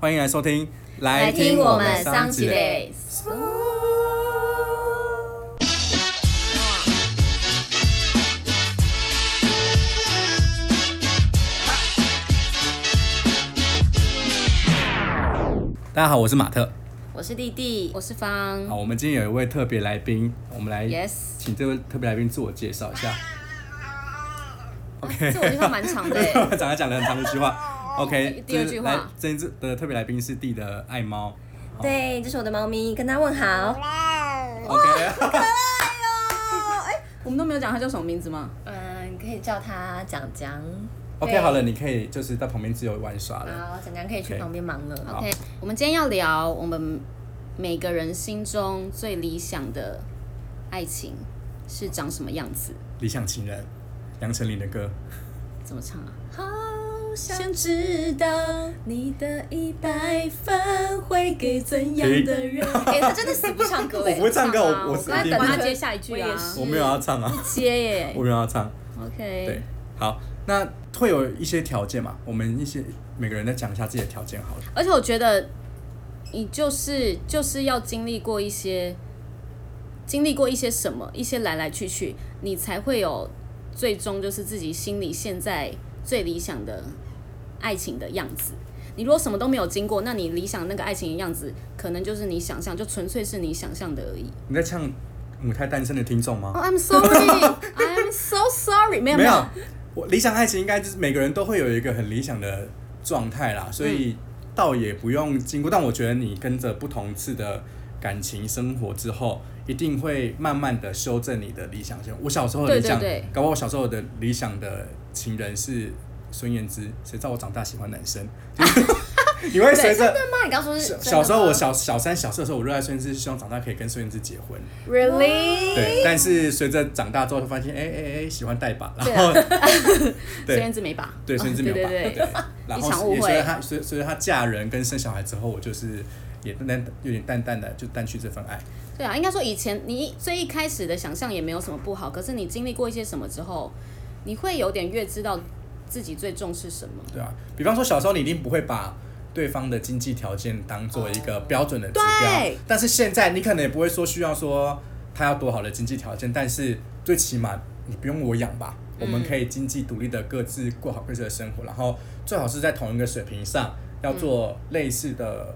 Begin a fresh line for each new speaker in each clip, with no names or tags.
欢迎来收听，
来听我们
桑
桑
吉
吉
嘞。
雷。
大家好，我是马特。
我是弟弟，我是方。
好，我们今天有一位特别来宾，我们来
Yes
请这位特别来宾自我介绍一下。
啊这我地方蛮长 的欸，
长得 讲了很长的一句 话。OK，
第二句话
就是来这一次的特别来宾是弟的爱猫。
对，这是我的猫咪，跟它问好。哦
OK，
我们都没有讲他叫什么名字吗？
嗯，可以叫它蒋蒋。
OK，好了，你可以就是在旁边自由玩耍了。
好，蒋蒋可以去
OK
旁边忙了。
好
OK，我们今天要聊我们每个人心中最理想的爱情是长什么样子？
理想情人，杨丞琳的歌。
怎么唱啊？
好想知道你的一百分会给怎
样的
人？哎，他真的死不唱歌
我
哎
不。会唱歌，我
我不唱啊
我
我
是
刚才
一定
等他
不
接下一句啊
我也是
我没有要唱啊，
嗯
接耶
我没有要唱。对
，OK，，
好，那会有一些条件嘛？我们一些每个人再讲一下自己的条件好了。
而且我觉得你就是就是要经历过一些，经历过一些什么，一些来来去去，你才会有最终就是自己心里现在最理想的爱情的样子。你如果什么都没有经过，那你理想那个爱情的样子，可能就是你想象，就纯粹是你想象的而 已。
你在唱母胎单身的听众吗？
Oh, I'm sorry, I'm so sorry，没有
没
没
有，我理想爱情应该就是每个人都会有一个很理想的状态啦，所以倒也不用经过。但我觉得你跟着不同次的感情生活之后，一定会慢慢的修正你的理想型。我小时候的理想，
对对对
搞不好我小时候的理想的情人是孙燕姿，谁知道我长大喜欢男生？你会随着
真的吗？你刚说是
小
真的吗
小时候我小小三小四的时候，我热爱孙燕姿，希望长大可以跟孙燕姿结婚。
，Really？
对，但是随着长大之后，就发现哎哎哎喜欢带把，然
对
后
孙燕姿没把，
对，甚至没有
对
吧。
对 对
对，然
一场
后
误
也
会
随着她随随着她嫁人跟生小孩之后，我就是也淡淡有点淡淡的就淡去这份爱。
对啊，应该说以前你一最一开始的想象也没有什么不好，可是你经历过一些什么之后，你会有点越知道自己最重视什么。
对啊，比方说小时候你一定不会把对方的经济条件当做一个标准的指标
对，
但是现在你可能也不会说需要说他要多好的经济条件，但是最起码你不用我养吧，我们可以经济独立的各自过好各自的生活，然后最好是在同一个水平上要做类似的、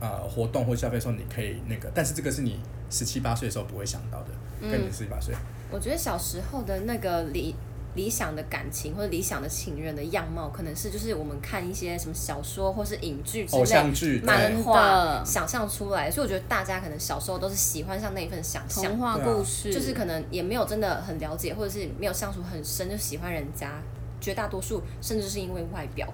呃活动或消费的时候，你可以那个，但是这个是你十七八岁的时候不会想到的，跟你十七八岁。
我觉得小时候的那个理理想的感情或者理想的情人的样貌，可能是就是我们看一些什么小说或是影剧之类
偶像剧
漫
对
画
真的
想象出来，所以我觉得大家可能小时候都是喜欢上那一份想象
童，话
对啊
故事、
就是可能也没有真的很了解，或者是没有相处很深就喜欢人家，绝大多数甚至是因为外表，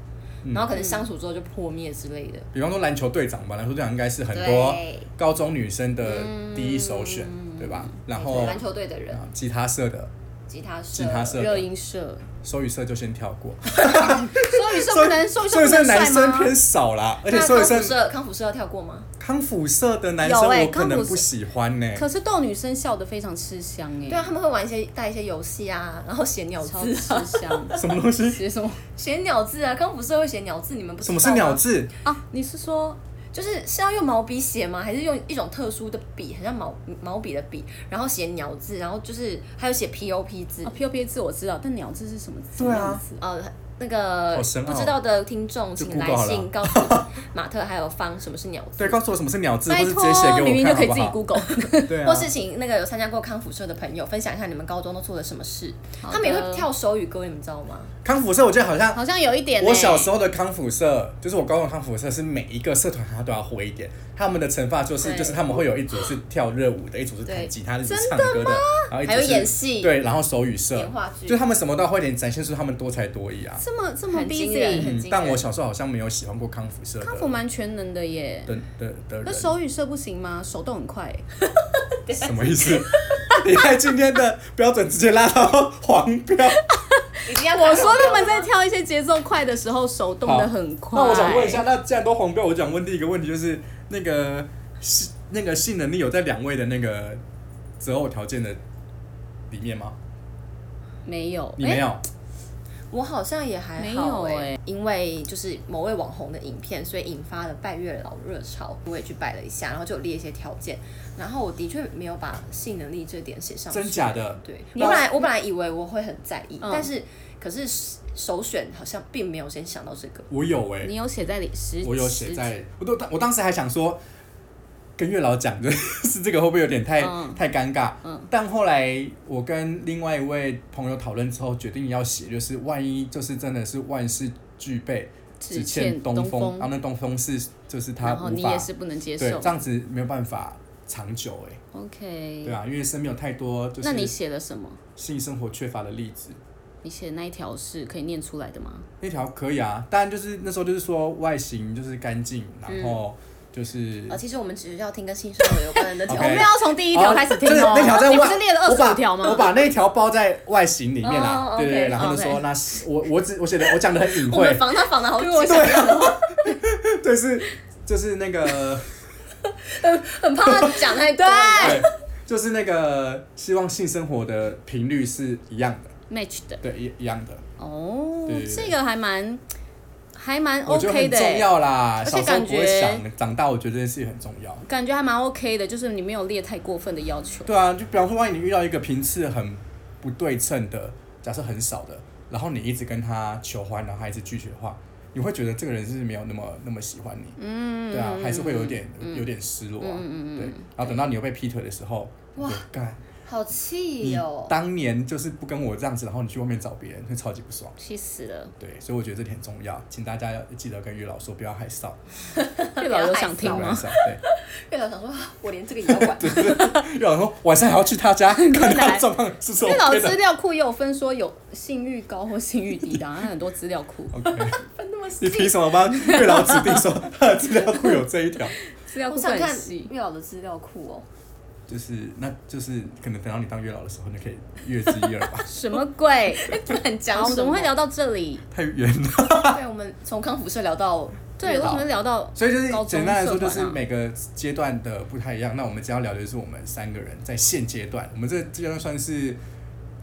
嗯
然后可能相处之后就破灭之类的。
比方说篮球队长吧，篮球队长应该是很多
对
高中女生的第一首选，对吧？然后
篮球队的人
啊，吉他社的、
吉他社，
吉他社
热
的、
音社，
手语社就先跳过，
所以说不能，所
手
以说
语
不
社
能
男
帅
生
吗？
偏少啦，而且
那
手语
啊康
社
复社康复社要跳过吗？
康复社的男生
有欸
我可
康
能
复社
不喜欢呢、
可是逗女生笑得非常吃香
嗯
哎、
对啊，他们会玩一些带一些游戏啊，然后写鸟
超
字
吃
啊，
香。
什么东西？
写什么
写鸟字啊，刚不是会写鸟字，你们不知
什
道
么
吗
是鸟？字？
啊？你是说
就是是要用毛笔写吗？还是用一种特殊的笔，很像毛毛笔的笔，然后写鸟字，然后就是还有写 POP 字
啊，？P O P 字我知道，但鸟字是什么字？
对啊
什么样子
呃，那个
好深奥
不知道的听众，
就
请来
Google 好了
信告诉马特还有方什么是鸟字
对，，告诉我什么是鸟字，或
拜
是直接写
托，
给
女
我
音就可
看
以自己
好不好？
Google。
对啊
或，是请那个有参加过康复社的朋友分享一下你们高中都做了什么事。
好
他们也
的
会跳手语歌，你们知道吗？
康复社我觉得好像
好像有一点、欸。
我小时
候
候的康复社，就是我高中的康复社，是每一个社团他都要会一点。他们的惩罚就是，
对
就是他们会有一组是跳热舞的，一组是弹
对
吉他，一组是唱歌的，然后一组
还有
是
演戏
对，然后手语社
演话，剧
就他们什么都要会一点，展现出他们多才多艺啊。嗯
这么这么
很惊人
busy，
很惊人
但我小时候好像没有喜欢过康复社的
康复蛮全能的耶。
的的的
那
人，
手语社不行吗？手动很快、欸
什么意思？ 你看今天的标准直接拉到黄标。
一定要
我说他们在跳一些节奏快的时候，手动的很快。
那我想问一下，，那既然都黄标，我想问第一个问题就是那个性那个性能力有在两位的那个择偶条件的里面吗？
没有，
你没
诶
有，
我好像也还
没
好
有
哎、
欸
因为就是某位网红的影片，所以引发了拜月老热潮，我也去拜了一下，然后就有列一些条件，然后我的确没有把性能力这点写上去。
真假的？
对，我
你
本来我本来以为我会很在意，
嗯
但是可是首选好像并没有先想到这个。
我有哎、
你有写在里十，
我有
十
写在，我都我当时还想说，跟月老讲的是这个会不会有点太、
嗯
太尴尬？
嗯
但后来我跟另外一位朋友讨论之后，决定要写，就是万一就是真的是万事俱备，
只
欠
欠
东
东
风，
风
然后那东风是就是他
然后
无
你
法
也是不能接
对
受
这。样子没有办法长久哎、
OK，
对啊，因为身边有太多就
嗯那你
是
写了什么？
性生活缺乏的例子。
你写的那一条是可以念出来的吗？
那条可以啊，当然就是那时候就是说外形就是干净，然后
嗯
就是、
啊，其实我们只是要听跟性生活有关 的条
OK
我
件
们要从哦第一条开始听
真的
哦。
那条在外，
你不是列了二
我把
十五条吗？
我把那条包在外形里面啦，
哦
对对对，
OK，
然后就
OK
说那是我我只我写的我讲的很隐
我们
晦，
防他防的好久，
对是就是那 个
很怕他讲太多。
对，就是那个希望性生活的频率是一样的，
match 的
对一一样的，
哦
对对，对
这个还蛮还蛮
我觉得
OK
很
的
重
欸，
要啦，
而
小
且
时候不会
感
想，长大我觉得这件事情很重要。
感觉还蛮 OK 的，就是你没有列太过分的要求。
对啊，就比方说，万一你遇到一个频次很不对称的，假设很少的，然后你一直跟他求欢，然后他一直拒绝的话，你会觉得这个人是没有那么那么喜欢你，嗯，对啊，还是会有点、有点失落啊，对。然后等到你又被劈腿的时候，
哇
哇，干，
好
你
气
嗯
哦！
当年就是不跟我这样子，然后你去外面找别人，会超级不爽。
气死了！
对，所以我觉得这点很重要，请大家要记得跟月老说，不要害臊，
月老有想听
不要害
吗？
臊。对，
月老想说，啊我连这个也要管，
月老说晚上还要去他 家看他的
来
状况是什么。
月老资料库也有分说有性欲高或性欲低的啊，它很多资料 库，
OK。
分 那么细
你。凭什么帮月老指定说 他的资料库有这一条？
资料
我
库
想
很
看
细。。
月老的资料库 哦。
就是，那就是可能等到你当月老的时候，你就可以月之一二吧
什么鬼？
乱讲
好，我们
什
怎么会聊？到这里？
太远了，
对，我们从康复社聊到
对，
月
为
老
什么会聊到？
所以就是
高中
简单来说，就
社
是
团啊
每个阶段的不太一样。那我们今天要聊的就是我们三个人在现阶段，我们这个阶段算是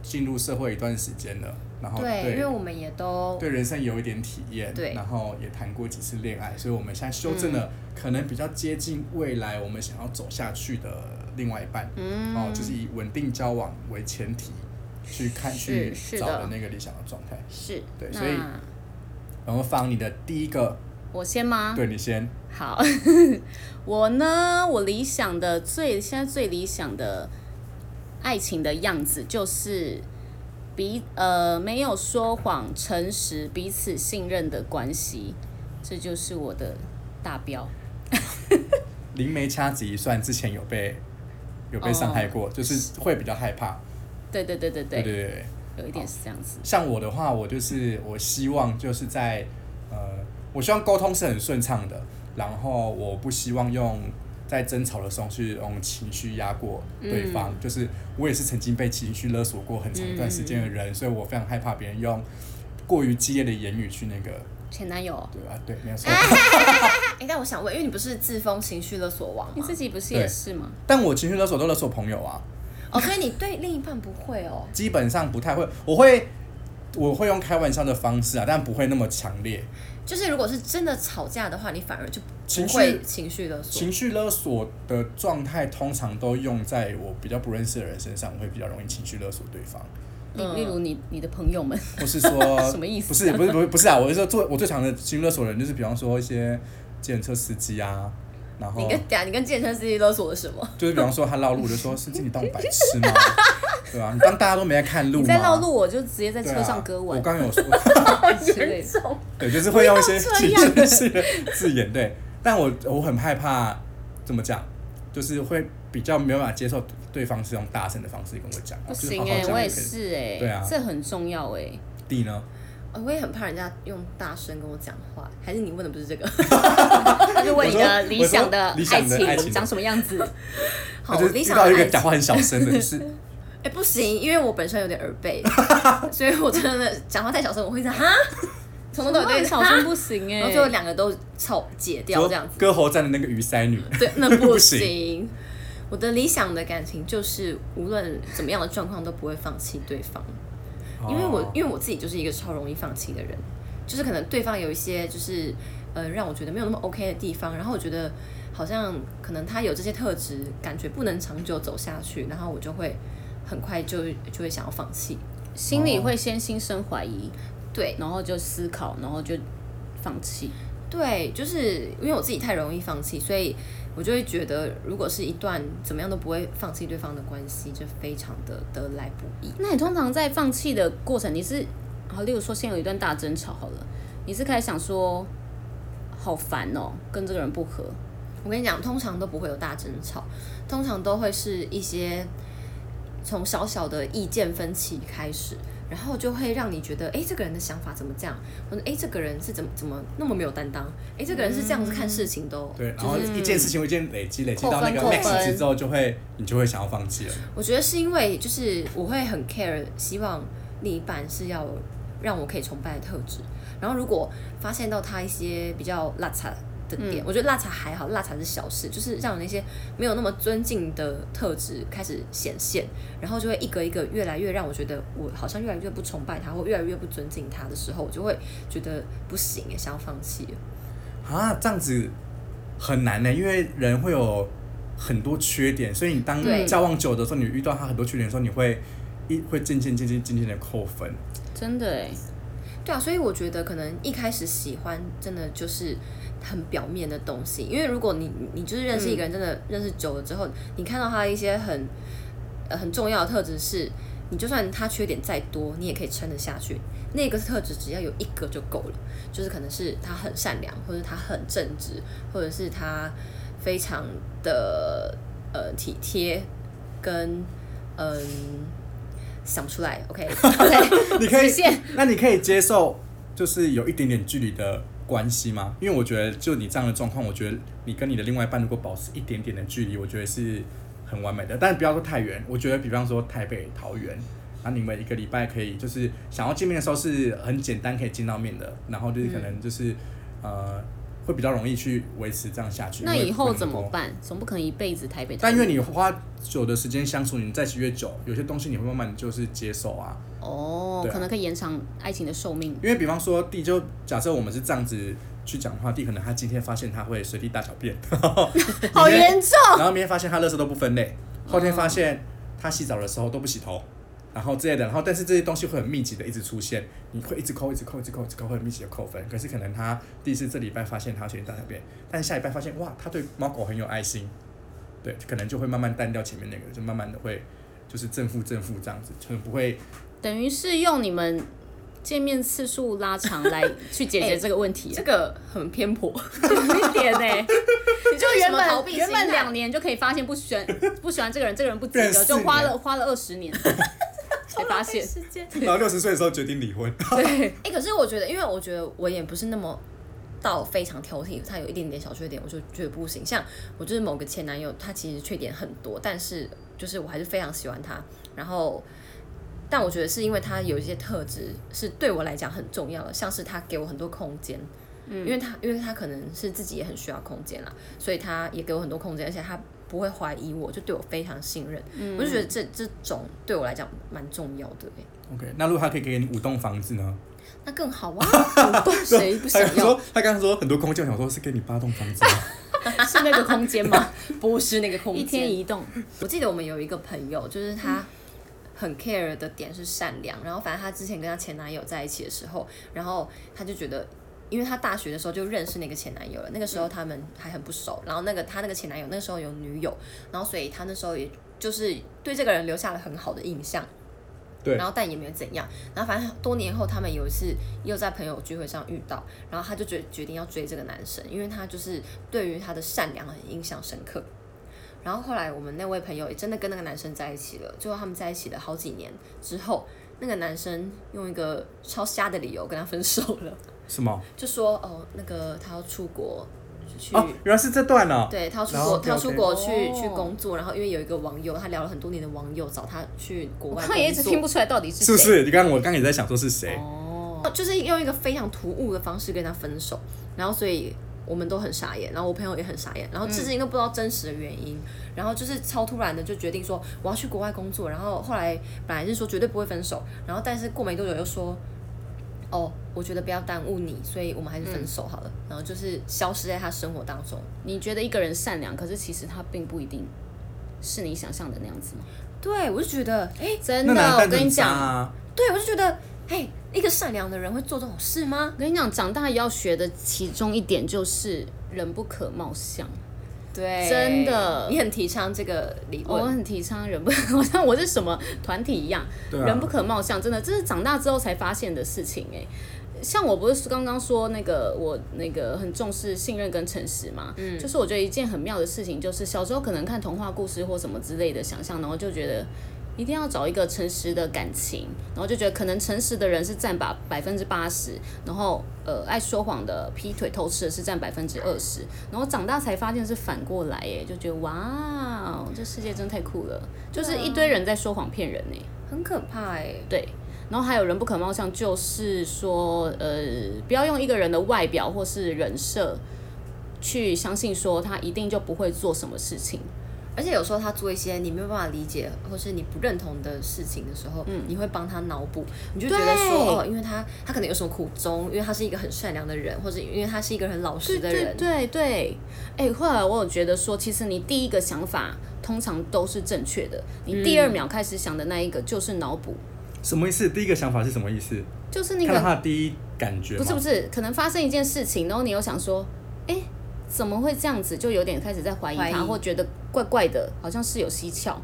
进入社会一段时间了，然后
对，因为我们也都
对人生有一点体验，
对
然后也谈过几次恋爱，所以我们现在修正了，可能比较接近未来我们想要走下去的另外一半，嗯，哦，就是以稳定交往为前提去看去
是是
找
的
的那个理想的状态。
是，
对所以
那
然后放你的第一个，
我先吗？
对你先，
好， 我呢，我理想的最现在最理想的爱情的样子就是彼呃没有说谎、诚实、彼此信任的关系，这就是我的大标。
灵媒掐指一算，之前有被有被伤害过，就是会比较害怕，
对对对对
对对
对，
对。
有一点是这样子。
像我的话，我就是我希望就是在呃，我希望沟通是很顺畅的，然后我不希望用在争吵的时候去用情绪压过对
嗯
方。就是我也是曾经被情绪勒索过很长一段时间的人，所以我非常害怕别人用过于激烈的言语去那个，
前男友，哦
对吧、啊？对，没有错。
哎，但我想问，因为你不是自封情绪勒索王
你
吗
自？己不是
对
也是吗？
但我情绪勒索都勒索朋友啊，
哦，所以你对另一半不会哦。
基本上不太会，我会。我会用开玩笑的方式啊，但不会那么强烈。
就是如果是真的吵架的话，你反而就
情
不
绪
会情绪勒索。
情绪勒索的状态通常都用在我比较不认识的人身上，我会比较容易情绪勒索对方，
例
嗯
例如你你的朋友们，
或是说
什么意思啊
呃不是不是不是不是啊！我是说做我最常的情绪勒索的人就是比方说一些计程车司机啊，然后
你跟等下你跟健身司机勒索了什么？
就是比方说他绕路，我就说司机你当我白痴 吗？对啊吧、你当大家都没在看路吗？
你在绕路，我就直接在
对啊，
车上割
我
吻
刚刚有说。
之类的。
对，就是会用一些
不要
情
这样
绪性的字眼，对。但我我很害怕，怎么讲，就是会比较没有办法接受对方是用大声的方式跟 我讲，
不
就是
行
好好
欸
哎、
讲就
我也
可以。
是哎、
对啊
这很重要哎、
弟呢？
哦我也很怕人家用大声跟我讲话，还是你问的不是 这个？
他 就问你的理想的
我说
爱
我说理想的爱情
情长什么样 子？
好，
就
我
是
理
遇
想的
到一个
爱
讲
情。
话很小声 的，就是
哎、不行，因为我本身有点耳背，所以我真的讲话太小声，我会这样哈，从头到尾都
对，
会
小声
哈
不行哎、
然后最后两个都吵解掉
说
这样子。
歌喉战的那个鱼鳃女，
对，那
不
不
行
行。我的理想的感情就是无论怎么样的状况都不会放弃对方， 因为我
哦
因为我自己就是一个超容易放弃的人，就是可能对方有一些就是呃让我觉得没有那么 OK 的地方，然后我觉得好像可能他有这些特质，感觉不能长久走下去，然后我就会很快就就会想要放弃。
心里
哦
会先心生怀疑，
对
然后就思考，然后就放弃。
对，就是因为我自己太容易放弃，所以我就会觉得，如果是一段怎么样都不会放弃对方的关系，就非常的得来不易。
那你通常在放弃的过程，你是好，例如说先有一段大争吵好了，你是开始想说，好烦哦，跟这个人不合，
我跟你讲，通常都不会有大争吵，通常都会是一些从小小的意见分歧开始，然后就会让你觉得，哎，这个人的想法怎么这样？或者哎，这个人是怎么怎么那么没有担当？哎，这个人是这样子看事情的、哦。
对，然后一件事情一件累积，累积
扣
到那
分
个
扣
max 值
分
之后，就会你就会想要放弃了。
我觉得是因为就是我会很 care，希望另一半是要让我可以崇拜的特质。然后如果发现到他一些比较邋遢的点，我觉得邋遢还好，邋遢是小事，就是让那些没有那么尊敬的特质开始显现，然后就会一个一个越来越让我觉得我好像越来越不崇拜他，或越来越不尊敬他的时候，我就会觉得不行，想要放弃了。
啊，这样子很难呢，因为人会有很多缺点，所以你当
对
交往久的时候，你遇到他很多缺点的时候，你会一会渐渐渐渐渐渐的扣分。
真的哎，
对啊，所以我觉得可能一开始喜欢真的就是很表面的东西，因为如果你你就是认识一个人，真的认识久了之后，你看到他一些很、呃、很重要的特质是，你就算他缺点再多，你也可以撑得下去。那个特质只要有一个就够了，就是可能是他很善良，或者他很正直，或者是他非常的呃体贴跟嗯、想不出来，OK，
你 可以
极限，
那你可以接受，就是有一点点距离的关系吗？因为我觉得，就你这样的状况，我觉得你跟你的另外一半如果保持一点点的距离，我觉得是很完美的。但不要说太远，我觉得比方说台北、桃园，然后你们一个礼拜可以就是想要见面的时候是很简单可以见到面的，然后就是可能就是、呃会比较容易去维持这样下去。
那
因为
以后
不能
怎么
多？
办？总不可能一辈子台北。
但因为你花久的时间相处，你们在一起越久，有些东西你会慢慢就是接受啊。
哦，
对啊
可能可以延长爱情的寿 命。
因为比方说弟，就假设我们是这样子去讲话，弟可能他今天发现他会随地大小便，
好
明天
严重，
然后明天发现他垃圾都不分类，后天发现他洗澡的时候都不洗头，然后之类的，然后但是这些东西会很密集的一直出现，你会一直扣，一直扣，一直扣，一直扣，会很密集的扣分。可是可能他第一次这礼拜发现他随地大小便，但是下礼拜发现哇，他对猫狗很有爱心，对，可能就会慢慢淡掉前面那个，就慢慢的会就是正负正负这样子，就不会
等于是用你们见面次数拉长来去解决这个问题
这。个很偏颇。
哎一点 哎，
你
就原
逃
本
避
原本两
年，
年就可以发现不喜欢不喜欢这个人，这个人不及
变
格，
四
就花
年
了花了二十 年才发现。
时间。
然后六十岁的时候决定离婚。
对，
哎、可是我觉得，因为我觉得我也不是那么到非常挑剔，他有一点点小缺点，我就觉得不行。像我就是某个前男友，他其实缺点很多，但是就是我还是非常喜欢他。然后，但我觉得是因为他有一些特质是对我来讲很重要的，像是他给我很多空间。
嗯
因为他，因为他可能是自己也很需要空间啦，所以他也给我很多空间，而且他不会怀疑我，就对我非常信任。
嗯
我就觉得这这种对我来讲蛮重要的、欸、
OK，那如果他可以给你五栋房子呢？
那更好啊。
谁不 想
他
要？
说他刚刚说很多空间，我想说是给你八栋房子吗，
是那个空间吗？
不是那个空
一天一动，
我记得我们有一个朋友，就是他很 care 的点是善良，然后反正他之前跟他前男友在一起的时候，然后他就觉得。因为他大学的时候就认识那个前男友了，那个时候他们还很不熟，然后那个他那个前男友那时候有女友，然后所以他那时候也就是对这个人留下了很好的印象，
对
然后但也没有怎样，然后反正多年后他们有一次又在朋友聚会上遇到，然后他就决决定要追这个男生，因为他就是对于他的善良很印象深刻，然后后来我们那位朋友也真的跟那个男生在一起了，最后他们在一起了好几年之后，那个男生用一个超瞎的理由跟他分手了，
是吗？
就说哦，那个他要出 国去。
哦，原来是这段哦。
对他要出
然后
国，他要出国去、
哦
OK
去工作，然后因为有一个网友，他聊了很多年的网友找他去国
我
外
刚
工作，
刚也一直听不出来到底
是不
是谁。
是？你刚刚我刚刚也在想说是谁？
哦，
就是用一个非常突兀的方式跟他分手，然后所以我们都很傻眼，然后我朋友也很傻眼，然后至今都不知道真实的原因，然后就是超突然的就决定说我要去国外工作，然后后来本来是说绝对不会分手，然后但是过没多久又说，哦，我觉得不要耽误你，所以我们还是分手好了，然后就是消失在他生活当中。
你觉得一个人善良，可是其实他并不一定是你想象的那样子吗？
对，我就觉得，哎、
真
那
的，
男
我
蛋
跟
很
你
渣
讲，
啊，
对我就觉得，嘿，一个善良的人会做这种事吗
我？跟你讲，长大也要学的其中一点就是人不可貌相。
对
真的
你很哦提倡这个理
我
论。
很提倡人不， 好像我是什么团体一样，
对啊，
人不可貌相，真的，这是长大之后才发现的事情哎、像我不是刚刚说那个我那个很重视信任跟诚实嘛，嗯，就是我觉得一件很妙的事情，就是小时候可能看童话故事或什么之类的想象，然后就觉得一定要找一个诚实的感情，然后就觉得可能诚实的人是占百百分之八十，然后呃爱说谎的、劈腿、偷吃的是占百分之二十，然后长大才发现是反过来哎、就觉得哇哦，这世界真太酷了，就是一堆人在说谎骗人哎、
很可怕哎、
对，然后还有人不可貌相，就是说，呃，不要用一个人的外表或是人设去相信说他一定就不会做什么事情。
而且有时候他做一些你没有办法理解或是你不认同的事情的时候，
嗯
你会帮他脑补，你就觉得说
对
哦，因为他他可能有什么苦衷，因为他是一个很善良的人，或者因为他是一个很老
对
实的
对
人，
对对，哎、后来我有觉得说，其实你第一个想法通常都是正确的，你第二秒开始想的那一个就是脑补，
什么意思？第一个想法是什么意思？
就是你可
看到他
能
的第一感觉吗
不是不是，可能发生一件事情，然后你又想说，哎、怎么会这样子？就有点开始在怀疑
怀疑
他，或觉得怪怪的，好像是有蹊跷。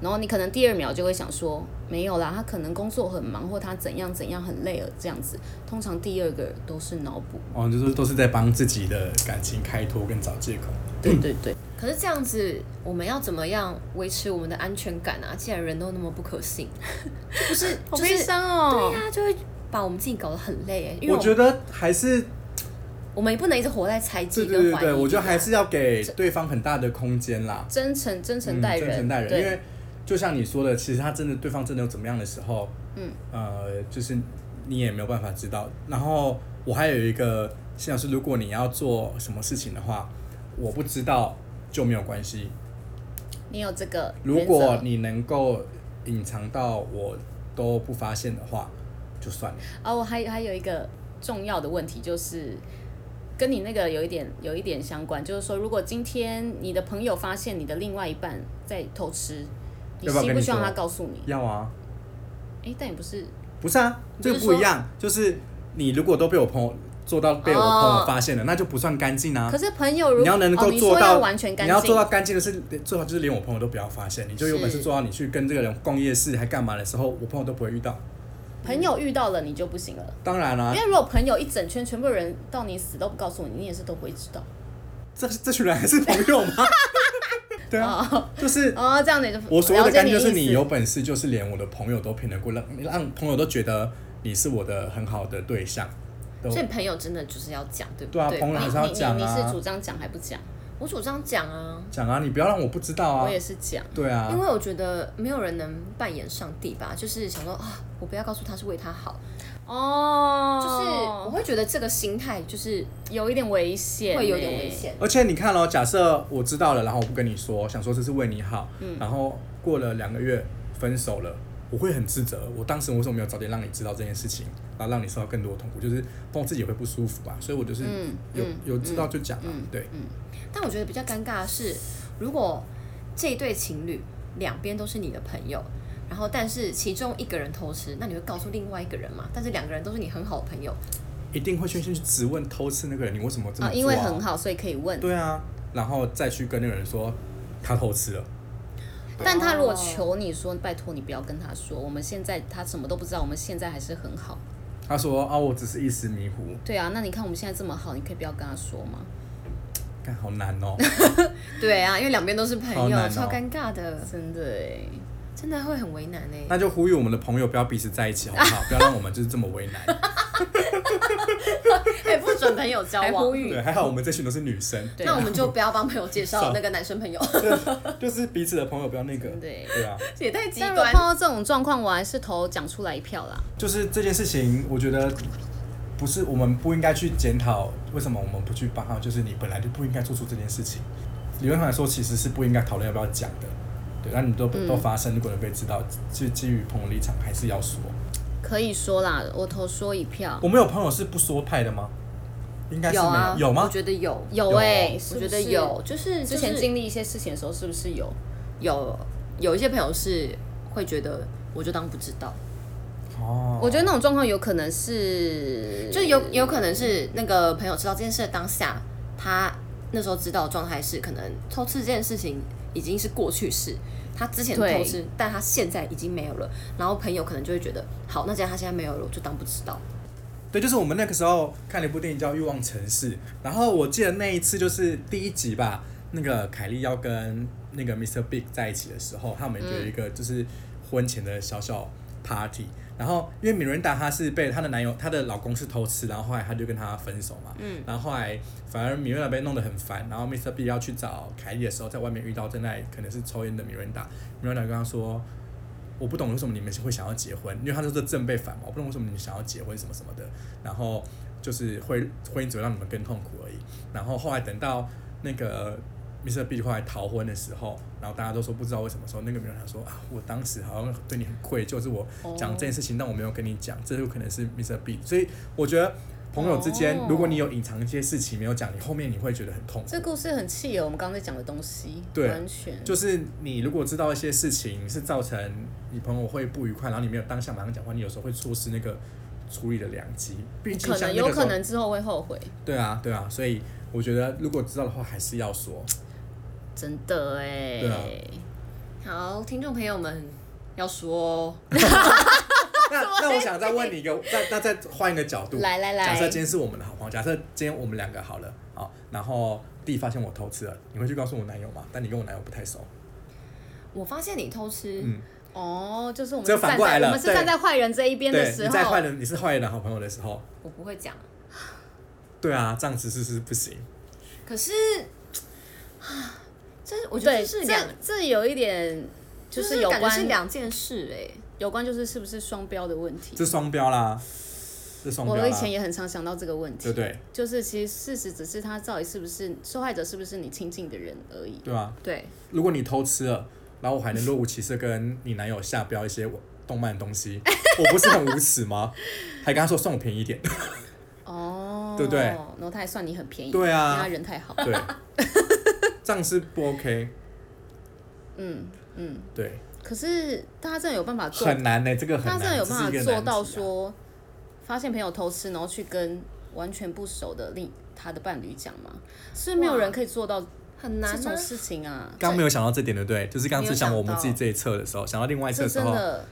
然后你可能第二秒就会想说，没有啦，他可能工作很忙，或他怎样怎样很累了这样子。通常第二个都是脑补，
哦，就是都是在帮自己的感情开脱跟找借口。
对对 对，
可是这样子，我们要怎么样维持我们的安全感啊？既然人都那么不可信，就不是
好
就
悲
是
伤哦、
对呀、就会把我们自己搞得很累、欸，因为
我
我们
觉得还是
我们也不能一直活在猜
对
忌
对对
跟怀疑里
对，
面啊。
我觉得还是要给对方很大的空间啦，
真诚真诚
嗯，
待
真
人，
诚待人，
对
因为就像你说的，其实他真的对方真的有怎么样的时候，嗯，呃，就是你也没有办法知道。然后我还有一个想是，如果你要做什么事情的话，我不知道就没有关系，
你有这个
如
原
果
则
你能够隐藏到我都不发现的话，就算了。
哦，我还还有一个重要的问题就是，跟你那个有一点有一点相关，就是说，如果今天你的朋友发现你的另外一半在偷吃，你
要不要
希
跟
不
你
希望
说
他告诉你？
要啊，
哎、但也不是，
不是啊，
你
这
不
个
是
不一样，就是你如果都被我朋友做到被我朋友发现了，那就不算干净啊
可。是朋友如
你要能够
哦、你
做
说
到、
要完全干
你要做
净，
到干净的是，最好就是连我朋友都不要发现。你就有本事
是
做到你去跟这个人逛夜市还干嘛的时候，我朋友都不会遇到。
朋友遇到了你就不行了。
当然啦、
因为如果朋友一整圈全部人到你死都不告诉你，你也是都不会知道。
这这群人还是朋友吗？ 对啊，就是
哦，这样你就
我所谓的
了解
干净就是
的意
你
思
有本事，就是连我的朋友都骗得过，让让朋友都觉得你是我的很好的对象。都
所以朋友真的就是要讲，对不
对啊，朋友还是要讲
你你你是
啊
主，张讲还不讲？
我主张讲啊，
讲啊，你不要让我不知道啊
我。也是讲。
对啊
因，为我觉得没有人能扮演上帝吧，就是想说啊，我不要告诉他是为他好，
哦，
就是我会觉得这个心态就是
有一点危险，欸
会有点危。险。
而且你看哦，假设我知道了，然后我不跟你说，想说这是为你好，
嗯
然后过了两个月分手了，我会很自责，我当时为什么没有早点让你知道这件事情，然后让你受到更多的痛苦，就是包括自己也会不舒服吧，所以我就是
嗯
有
嗯
有知道就讲啊，对，
但我觉得比较尴尬的是，如果这一对情侣两边都是你的朋友，然后但是其中一个人偷吃，那你会告诉另外一个人吗？但是两个人都是你很好的朋友，
一定会先去质问偷吃那个人，你为什么这么
啊，
做
因为很好，所以可以问。
对啊，然后再去跟那个人说他偷吃了，
但他如果求你说，拜托你不要跟他说，我们现在他什么都不知道，我们现在还是很好。
他说啊，我只是一时迷糊，
对啊，那你看我们现在这么好，你可以不要跟他说吗？
看好难 哦。
对啊，因为两边都是朋
好
友，
难哦
超尴尬的，
真的哎，
真的会很为难哎、
那就呼吁我们的朋友不要彼此在一起，好不好？不要让我们就是这么为难。
还不准朋友交
还
往
呼。吁
对，还好我们这群都是女生，
对
那我们就不要帮朋友介绍那个男生朋友，
就是彼此的朋友不要那个。
对。
对啊，
也太极
但如果
端
碰。到这种状况，我还是投讲出来一票啦。
就是这件事情，我觉得不不是我们不应该去检讨为什么我们不去帮他，就是你本来就不应该做出这件事情。理论上来说，其实是不应该讨论要不要讲的，对，那你都、都发生，如果能被知道，基基于朋友立场还是要说。
可以说啦，我投说一票。
我们有朋友是不说派的吗？应该是没有，
啊，
有
我
吗？
觉得有，哦
有
有
哎、是
我
不
觉得
是
有，就是
之前
就是哦
经历一些事情的时候，是不是有？
有有一些朋友是会觉得我就当不知道，
哦，
我觉得那种状况有可能是，
就有有可能是那个朋友知道这件事的当下，他那时候知道的状态是可能偷吃这件事情已经是过去式，他之前
对
偷吃，但他现在已经没有了，然后朋友可能就会觉得，好，那既然他现在没有了，我就当不知道。
对，就是我们那个时候看了一部电影叫《欲望城市》，然后我记得那一次就是第一集吧，那个凯莉要跟那个 Mr. Big 在一起的时候，他们有一个就是婚前的小小 party。然后，因为米伦达她是被她的男友、她的老公是偷吃，然后后来她就跟他分手嘛。嗯。然后后来，反而米伦达被弄得很烦。然后 Mr. B 要去找凯莉的时候，在外面遇到正在可能是抽烟的米伦达，米伦达跟他说：“我不懂为什么你们会想要结婚，因为他就是正被反嘛，我不懂为什么你们想要结婚什么什么的，然后就是会婚姻只会让你们更痛苦而已。然后后来等到那个 Mr. B 后来逃婚的时候，然后大家都说不知道为什么时候，那个没有人说啊，我当时好像对你很愧疚，是我讲这件事情，但我没有跟你讲，这有可能是 Mr. B。所以我觉得朋友之间
哦
如果你有隐藏一些事情没有讲，你后面你会觉得很痛苦。
这故事很契合我们刚才讲的东西，
对
完全
就是你如果知道一些事情是造成你朋友会不愉快，然后你没有当下马上讲话，你有时候会错失那个处理的良机。毕竟
可
像
能
那
有
个时
可
候，
能之后会后悔，
对啊，对啊，所以我觉得如果知道的话，还是要 说。
真的哎、
对啊
好，听众朋友们要说，
那那我想再问你一个，再那再换一个角度，
来来来
假设今天是我们的好朋友，假设今天我们两个好了，好，然后弟发现我偷吃了，你会去告诉我男友吗？但你跟我男友不太熟，
我发现你偷吃，
嗯，
哦，就是我们
这
是
反
站
过来
在
了
我们是
对
站在坏人这一边的
对，
时
你在坏
候，
人，你是坏人的好朋友的时候，
我不会讲。
对啊，这样子是不是不行？
可是，啊这我觉得
对，
这是
这
两，
这有一点就
就是
是有
感觉
关
是两件事哎、
有关就是是不是双标的问题。
这双标 啦，这双标啦。
我以前也很常想到这个问
对
题，
不对？
就是其实事实只是他到底是不是受害者，是不是你亲近的人而已。
对啊，
对，
如果你偷吃了，然后我还能若无其事地跟你男友下标一些我动漫的东 西，我不是很无耻吗？还跟他说送我便宜一点，
哦，
对不对
然后他还算你很便宜，
对啊
因为他人太好。
对，这样是不 OK，
嗯嗯，
对，
可是他真的有办法做，
很难呢、这个很
他
难，
真的有办法
这是一个
做
难
到
题啊
说，发现朋友偷吃，然后去跟完全不熟的另他的伴侣讲吗？是没有
哇
人可以做到
很难
这
啊
种。事情啊。
刚刚没有想到这点，对不对？就是刚刚只想我
没
们
有想到
自己这一侧的时候，想到另外一侧
这
的时
真
候，
的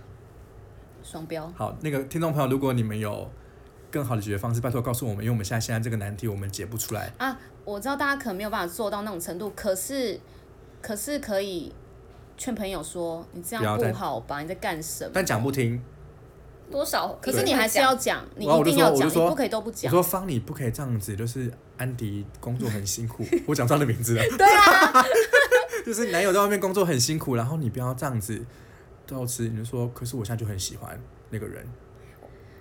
双标。
好，那个听众朋友，如果你们有更好的解决方式，拜托告诉我们，因为我们现在现在这个难题我们解不出来。
啊，我知道大家可能没有办法做到那种程度，可是可是可以劝朋友说，你这
不要
样
再
不好吧？你在干什么？
但讲不听，
多少？
可是你还是要讲，你
然后我
一
就
定要
说我就
讲，你
说
不可以都不
我
讲。
说方，你不可以这样子，就是安迪工作很辛苦，我讲出他的名字了。
对啊，
就是男友在外面工作很辛苦，然后你不要这样子偷吃，你就说，可是我现在就很喜欢那个人，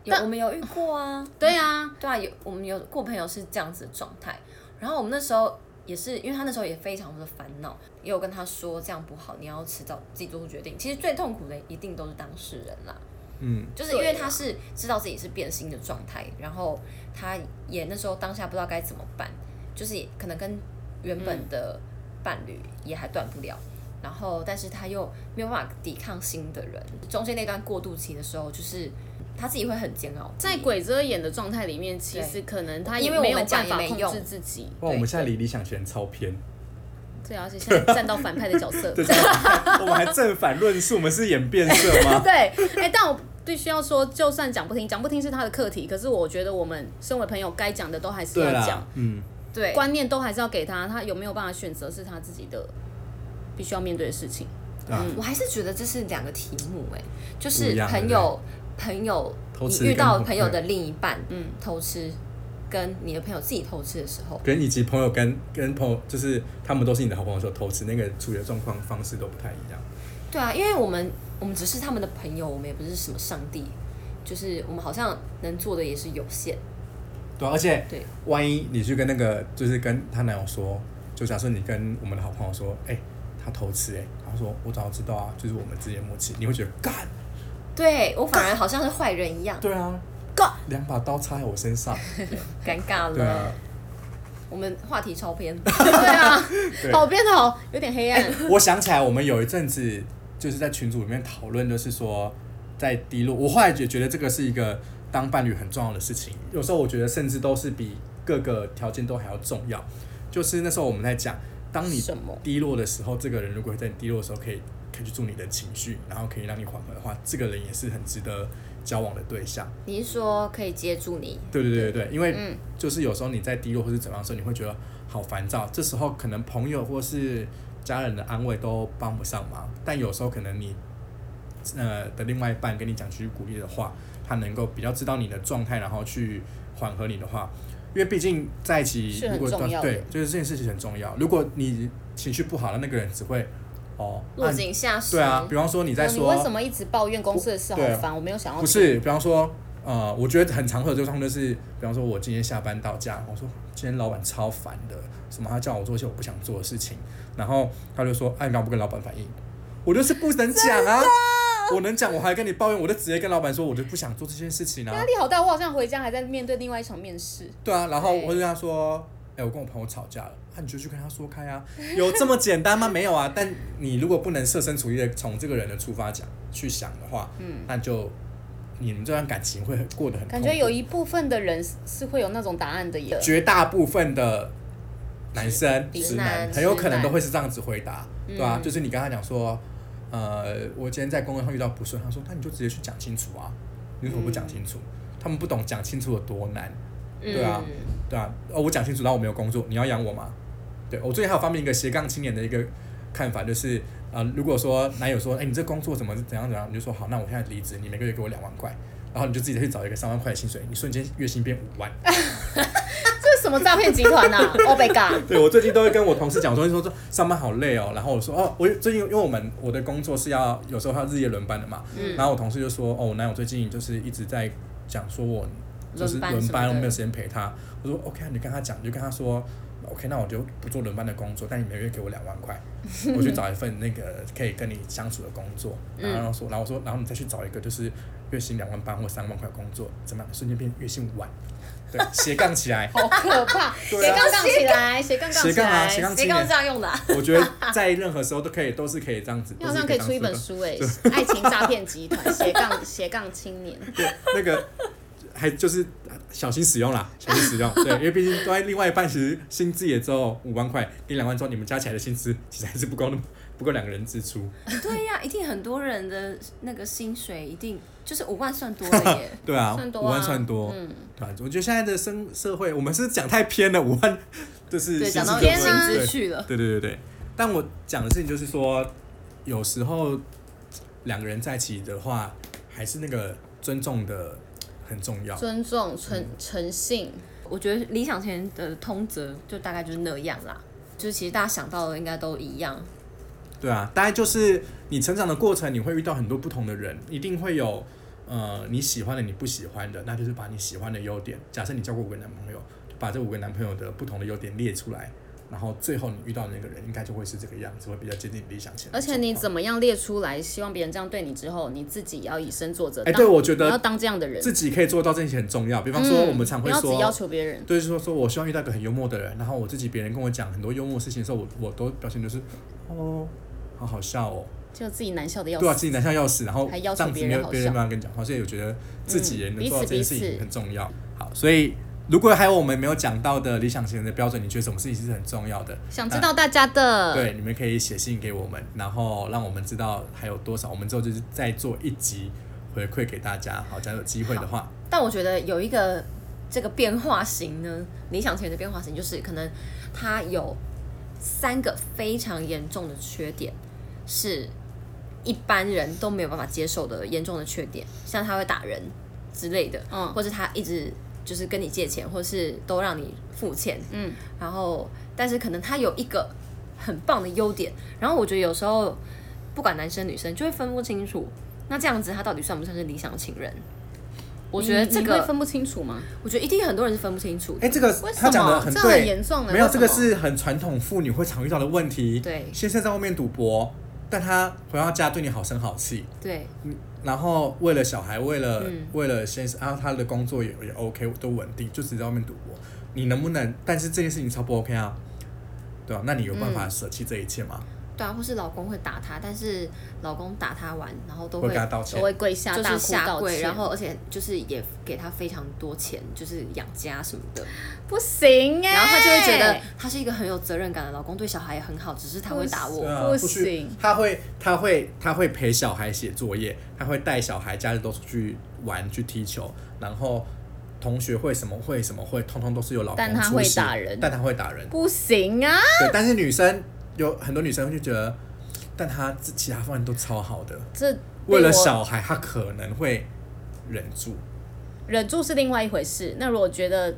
有我们有遇过啊，
对啊，
对啊，有我们有过朋友是这样子的状态，然后我们那时候也是，因为他那时候也非常的烦恼，也有跟他说这样不好，你要迟早自己做出决定。其实最痛苦的一定都是当事人啦，
嗯，
就是因为
对啊
他是知道自己是变心的状态，然后他也那时候当下不知道该怎么办，就是也可能跟原本的伴侣也还断不了，然后但是他又没有办法抵抗新的人，中间那段过渡期的时候，就是他自己会很煎熬，
在鬼遮眼的状态里面，其
嗯对
实可能他
因
也
为我
没有
们讲
办
也
法
没
控
用
制自己。
哇，我们现在离理想型超偏，
对啊，而且现在站到反派的角 色。
对， 我们还正反论述，我们是演变色 吗？
对，哎、但我必须要说，就算讲不听，讲不听是他的课题。可是我觉得我们身为朋友，该讲的都还是
对
要讲
啦，，嗯，
对
观念都还是要给他，他有没有办法选择是他自己的必须要面对的事情。
对啊，
我还是觉得这是两个题目哎、就
不一
是
样
朋友朋友，
偷
你
吃
遇
跟
到
朋
朋友
对
的另一半，
嗯
嗯， 偷吃，跟你的朋友自己偷吃的时候，
跟以及朋友跟跟朋友，就是他们都是你的好朋友的时候偷吃，那个处理的状况方式都不太一样。
对啊，因为我们我们只是他们的朋友，我们也不是什么上帝，就是我们好像能做的也是有限，
对啊、而且
对，
万一你去跟那个，就是跟她男友说，就假设你跟我们的好朋友说，哎、她偷吃、哎，她说我早知道啊，就是我们之间的默契，你会觉得干，
对我反而好像是坏人一样，
对啊，
干，
两把刀插在我身上，
尴尬
对
了。
啊，
我们话题超偏，
对啊，
对
好变得好有点黑暗。
我想起来，我们有一阵子就是在群组里面讨论，就是说在低落，我后来也觉得这个是一个当伴侣很重要的事情。有时候我觉得甚至都是比各个条件都还要重要。就是那时候我们在讲，当你
什么
低落的时候，这个人如果在你低落的时候可以可以去助你的情绪，然后可以让你缓和的话，这个人也是很值得交往的对象。
你是说可以接住你？
对对对对对，因为
嗯
就是有时候你在低落或是怎么样的时候，你会觉得好烦躁。这时候可能朋友或是家人的安慰都帮不上忙，但有时候可能你呃的另外一半跟你讲几句鼓励的话，他能够比较知道你的状态，然后去缓和你的话。因为毕竟在一起
是，很
如果
重要的
对，就是这件事情很重要。如果你情绪不好了，那个人只会哦，
落
啊
井下石。
对啊，比方说你在
哦你
说、
为什么一直抱怨公司的事好
对
烦？我没有想要
不是，比方说，呃，我觉得很常会有这种状况，就是比方说，我今天下班到家，我说今天老板超烦的，什么他叫我做一些我不想做的事情，然后他就说，哎、你干嘛不跟老板反映？我就是不能讲啊，我能讲我还跟你抱怨，我就直接跟老板说，我就不想做这件事情啊
压。力好大，我好像回家还在面对另外一场面试。
对啊，然后
对
我就跟他说，哎、我跟我朋友吵架了，那、你就去跟他说开啊，有这么简单吗？没有啊，但你如果不能设身处地的从这个人的出发讲去想的话，嗯，那就你们这段感情会很过得很
感
痛
觉
苦
有一部分的人是是会有那种答案的耶。
绝大部分的男生
直
直
男嗯
男很有可能都会是这样子回答，对吧、就是你刚才讲说，呃，我今天在工作上遇到不顺，他说那你就直接去讲清楚啊，你为什么不讲清楚？他们不懂讲清楚有多难，对啊
嗯
对啊，哦，我讲清楚，然后我没有工作，你要养我吗？对我最近还有发明一个斜杠青年的一个看法，就是呃，如果说男友说，哎、你这工作怎么怎样怎样，你就说好，那我现在离职，你每个月给我两万块，然后你就自己再去找一个三万块的薪水，你瞬间月薪变五万。
这是什么诈骗集 团呐、啊、？Oh my god！。
对我最近都会跟我同事讲，我说说说上班好累哦，然后我说哦，我最近因为我们我的工作是要有时候要日夜轮班的嘛，
嗯
然后我同事就说哦，我男友最近就是一直在讲说我就是
轮班
轮
什么
班，
的
我没有时间陪他。我说 OK，啊你跟他讲，你就跟他说 OK，那我就不做轮班的工作，但你每个月给我两万 块，我去找一份那个可以跟你相处的工作，
嗯
然后说，然后我说，然后你再去找一个就是月薪两万八或三万块的工作，怎么样？瞬间变月薪五万，对，斜杠起来
好可怕！
对
斜
啊
杠杠起来，斜杠杠
斜
起
杠啊，
来，
斜杠
谁
青
刚
年
刚这样用的啊？
我觉得在任何时候都可以，都是可以这样子。
你好像可以出一本书哎、
都
爱情诈骗 集团》斜杠斜杠青年，
对，那个还就是小心使 用啦，小心使用。对，因为毕竟都在另外一半，其实薪资也只有五万块，给两万之后，你们加起来的薪资其实还是不够那 么不够两个人支出。
对呀、一定很多人的那个薪水一定就是五万算多了耶。
对啊，
算多
五
啊
万算多。嗯，对啊，我觉得现在的生社会，我们是讲太偏了，五万 就是
对，
薪
讲
资
到
就
薪
不
天啊
会
资
对
去了，
对对对对，但我讲的事情就是说，有时候两个人在一起的话，还是那个尊重的很重要。嗯
尊重、诚诚信，
我觉得理想前的通则就大概就是那样啦，就是其实大家想到的应该都一样。
对啊，大概就是你成长的过程，你会遇到很多不同的人，一定会有呃你喜欢的、你不喜欢的，那就是把你喜欢的优点，假设你交过五个男朋友，就把这五个男朋友的不同的优点列出来，然后最后你遇到的那个人，应该就会是这个样子，会比较接近理想型的
而
状况。
且你怎么样列出来，希望别人这样对你之后，你自己也要以身作则。
哎
当
对我觉得
你要当这样的人，
自己可以做到这些很重要，比方说我们常
不
会
要
说，
只要求别人。
对，就是说说我希望遇到一个很幽默的人，然后我自己别人跟我讲很多幽默的事情的时候，我我都表现就是，哦，好好笑哦，
就自己难笑的要死。
对啊，自己难笑要死，然后
还
这样
要求
子
别
没
人
有
好
别人
笑
没有跟你讲话，所以我觉得自己人能
彼
做到
此
这件
彼
事
此
情很重要。好，所以如果还有我们没有讲到的理想型人的标准，你觉得什么事情是很重要的？
想知道大家的，
那？啊对，你们可以写信给我们，然后让我们知道还有多少，我们之后就是再做一集回馈给大家。好，假如有机会的话，
但我觉得有一个这个变化型呢，理想型的变化型就是可能他有三个非常严重的缺点，是一般人都没有办法接受的严重的缺点，像他会打人之类的，
嗯
或者他一直就是跟你借钱，或是都让你付钱，
嗯，
然后但是可能他有一个很棒的优点，然后我觉得有时候不管男生女生就会分不清楚，那这样子他到底算不算是理想情人？
我觉得
你
这
你
个
会
分不清楚吗？
我觉得一定很多人是分不清楚的。
哎、这个
为什
他讲的
么
很
这
对，
很严重欸
没有，
为
这
什
个
么
是很传统妇女会常遇到的问题。
对
先生在外面赌博，但他回到家对你好声好气，嗯
对，
然后为了小孩，为了、
嗯
为了先生，然后他的工作也也 OK，都稳定，就只在外面赌博。你能不能？但是这件事情超不 OK 啊，对啊，那你有
嗯
办法舍弃这一切吗？
对啊，或是老公会打她，但是老公打她完，然后都
会
会
跟他道歉
我。会跪下
就
大
是
哭道
下跪，
歉
然后而且就是也给她非常多钱，就是养家什么的，
不行哎、
然后她就会觉得她是一个很有责任感的老公，对小孩也很好，只是他会打
对
我。
啊，
不
去
行
他会，他会，他会陪小孩写作业，他会带小孩假日都出去玩去踢球，然后同学会什么会什么会，通通都是有老公
但他
出
会
席
打人
但他会 打人。
不行啊，
对，但是女生有很多女生就觉得，但她自其他方面都超好的，
这
为
对
了
我
小孩，她可能会忍住。
忍住是另外一回事。那如果觉得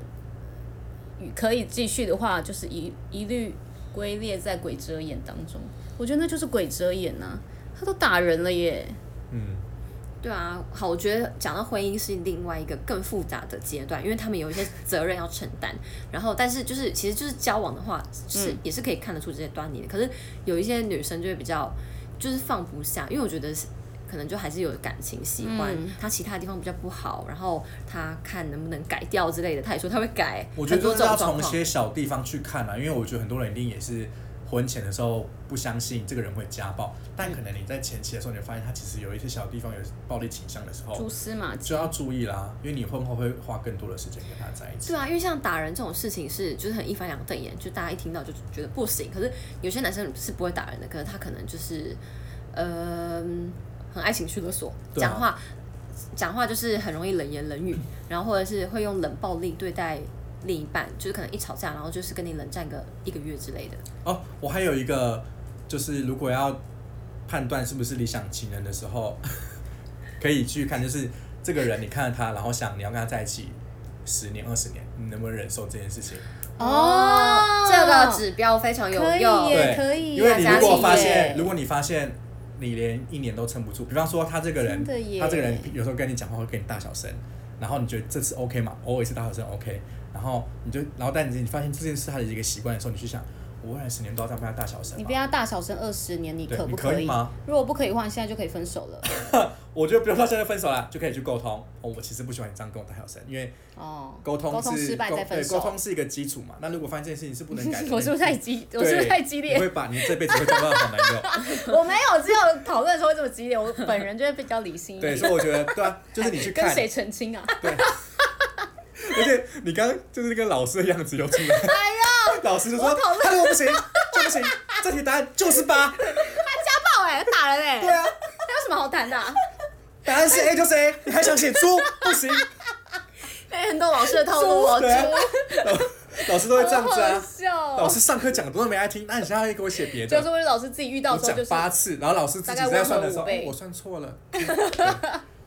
可以继续的话，就是一一律归列在鬼遮眼当中。我觉得那就是鬼遮眼呐、他都打人了耶。
嗯，
对啊，好，我觉得讲到婚姻是另外一个更复杂的阶段，因为他们有一些责任要承担。然后，但是就是其实就是交往的话，是
嗯
也是可以看得出这些端倪的。可是有一些女生就会比较就是放不下，因为我觉得是。可能就还是有感情喜欢、
嗯
他，其他地方比较不好，然后他看能不能改掉之类的，他也说他会改。
我觉得
很多
都
这
是要
种状
从一
况，
些小地方去看啊啦、因为我觉得很多人一定也是婚前的时候不相信这个人会家暴，但可能你在前期的时候，你会发现他其实有一些小地方有暴力倾向的时
蛛
嗯
候，
丝马迹
就，要注意啦，因为你婚后会花更多的时间跟他在一起
对。啊，因为像打人这种事情是就是很一翻两瞪眼，就大家一听到就觉得不行。可是有些男生是不会打人的，可是他可能就是，呃，很爱情绪勒索，
对啊
讲话讲话就是很容易冷言冷语，然后或者是会用冷暴力对待另一半，就是可能一吵架，然后就是跟你冷战个一个月之类的。
哦，我还有一个，就是如果要判断是不是理想情人的时候， 可以去看，就是这个人你看了他，然后想你要跟他在一起十年、二十年，你能不能忍受这件事情？
哦
这个指标非常有
可以
用。
耶
对，
可以
因
啊
为你如果发
大家一
现，
起
如果你发现你连一年都撑不住，比方说他这个人
真的耶，
他这个人有时候跟你讲话会跟你大小声，然后你觉得这次 OK 嘛，偶尔一次大小声 OK，然后你就，然后但你发现这件事他的一个习惯的时候，你去想，我未来十年都要这样跟他大小声
你
吗
被？他大小声二十年，你
对
可
你
不
可以吗
如果不可以的话，你现在就可以分手了。
我觉得不用到现在分手啦，就可以去沟通。哦，我其实不喜欢你这样跟我大小声，因为
哦，
沟通
沟
是
通失败
沟
再分
对沟
手
通。是一个基础嘛。那如果发现这件事情是不能改 的，
我是不是
那
太
你
激？
对
我是不是太激烈
你？会把你这辈子会交到的好男友。
我没有，只有讨论的时候会这么激烈。我本人就会比较理性一
对，
点。
所以我觉得对啊，就是你去
跟
看，
谁澄清 啊？
对。而且你刚刚就是那个老师的样子又出来，哎呀，老师就说他如果不行就不行，这题答案就是八，
家暴哎、打人哎、
对啊，
那有什么好谈的、啊？
答案是 A 就是 A，你还想写猪不行，
哎、很多老师的套路哦，
对啊
猪，
老师都会这样子
好
啊，
笑
老师上课讲的都没爱听，那你现在要给我写别的，
就是我老师自己遇到
我
的时候，就
讲
是
八次，然后老师自己在算的时候，
大概温和五倍
哦我算错了。 对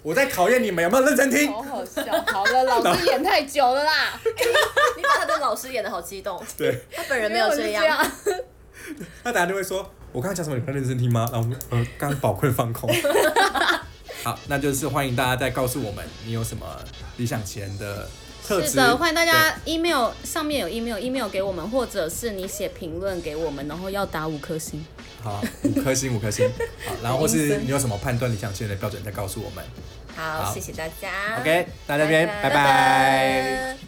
我在考验你们有没有认真听。
好好笑。哦好了，老师演太久了 啦，
你把他的老师演的好激动，
对，
他本人
因
没
为
有
我是
这
这
样。
样。
那大家就会说，我刚刚讲什么？你们有认真听吗？然后我们呃，刚刚宝贵放 空。好，那就是欢迎大家再告诉我们，你有什么理想情人的特质？
是的，欢迎大家 email 上面有 email，email 给我们，或者是你写评论给我们，然后要打五颗星。
对。好，五颗星，五颗 星。好，然后或
很阴
是
森
你有什么判断理想情人的标准，再告诉我们。
好，
好
谢谢大家。
OK，那这边
拜拜
拜拜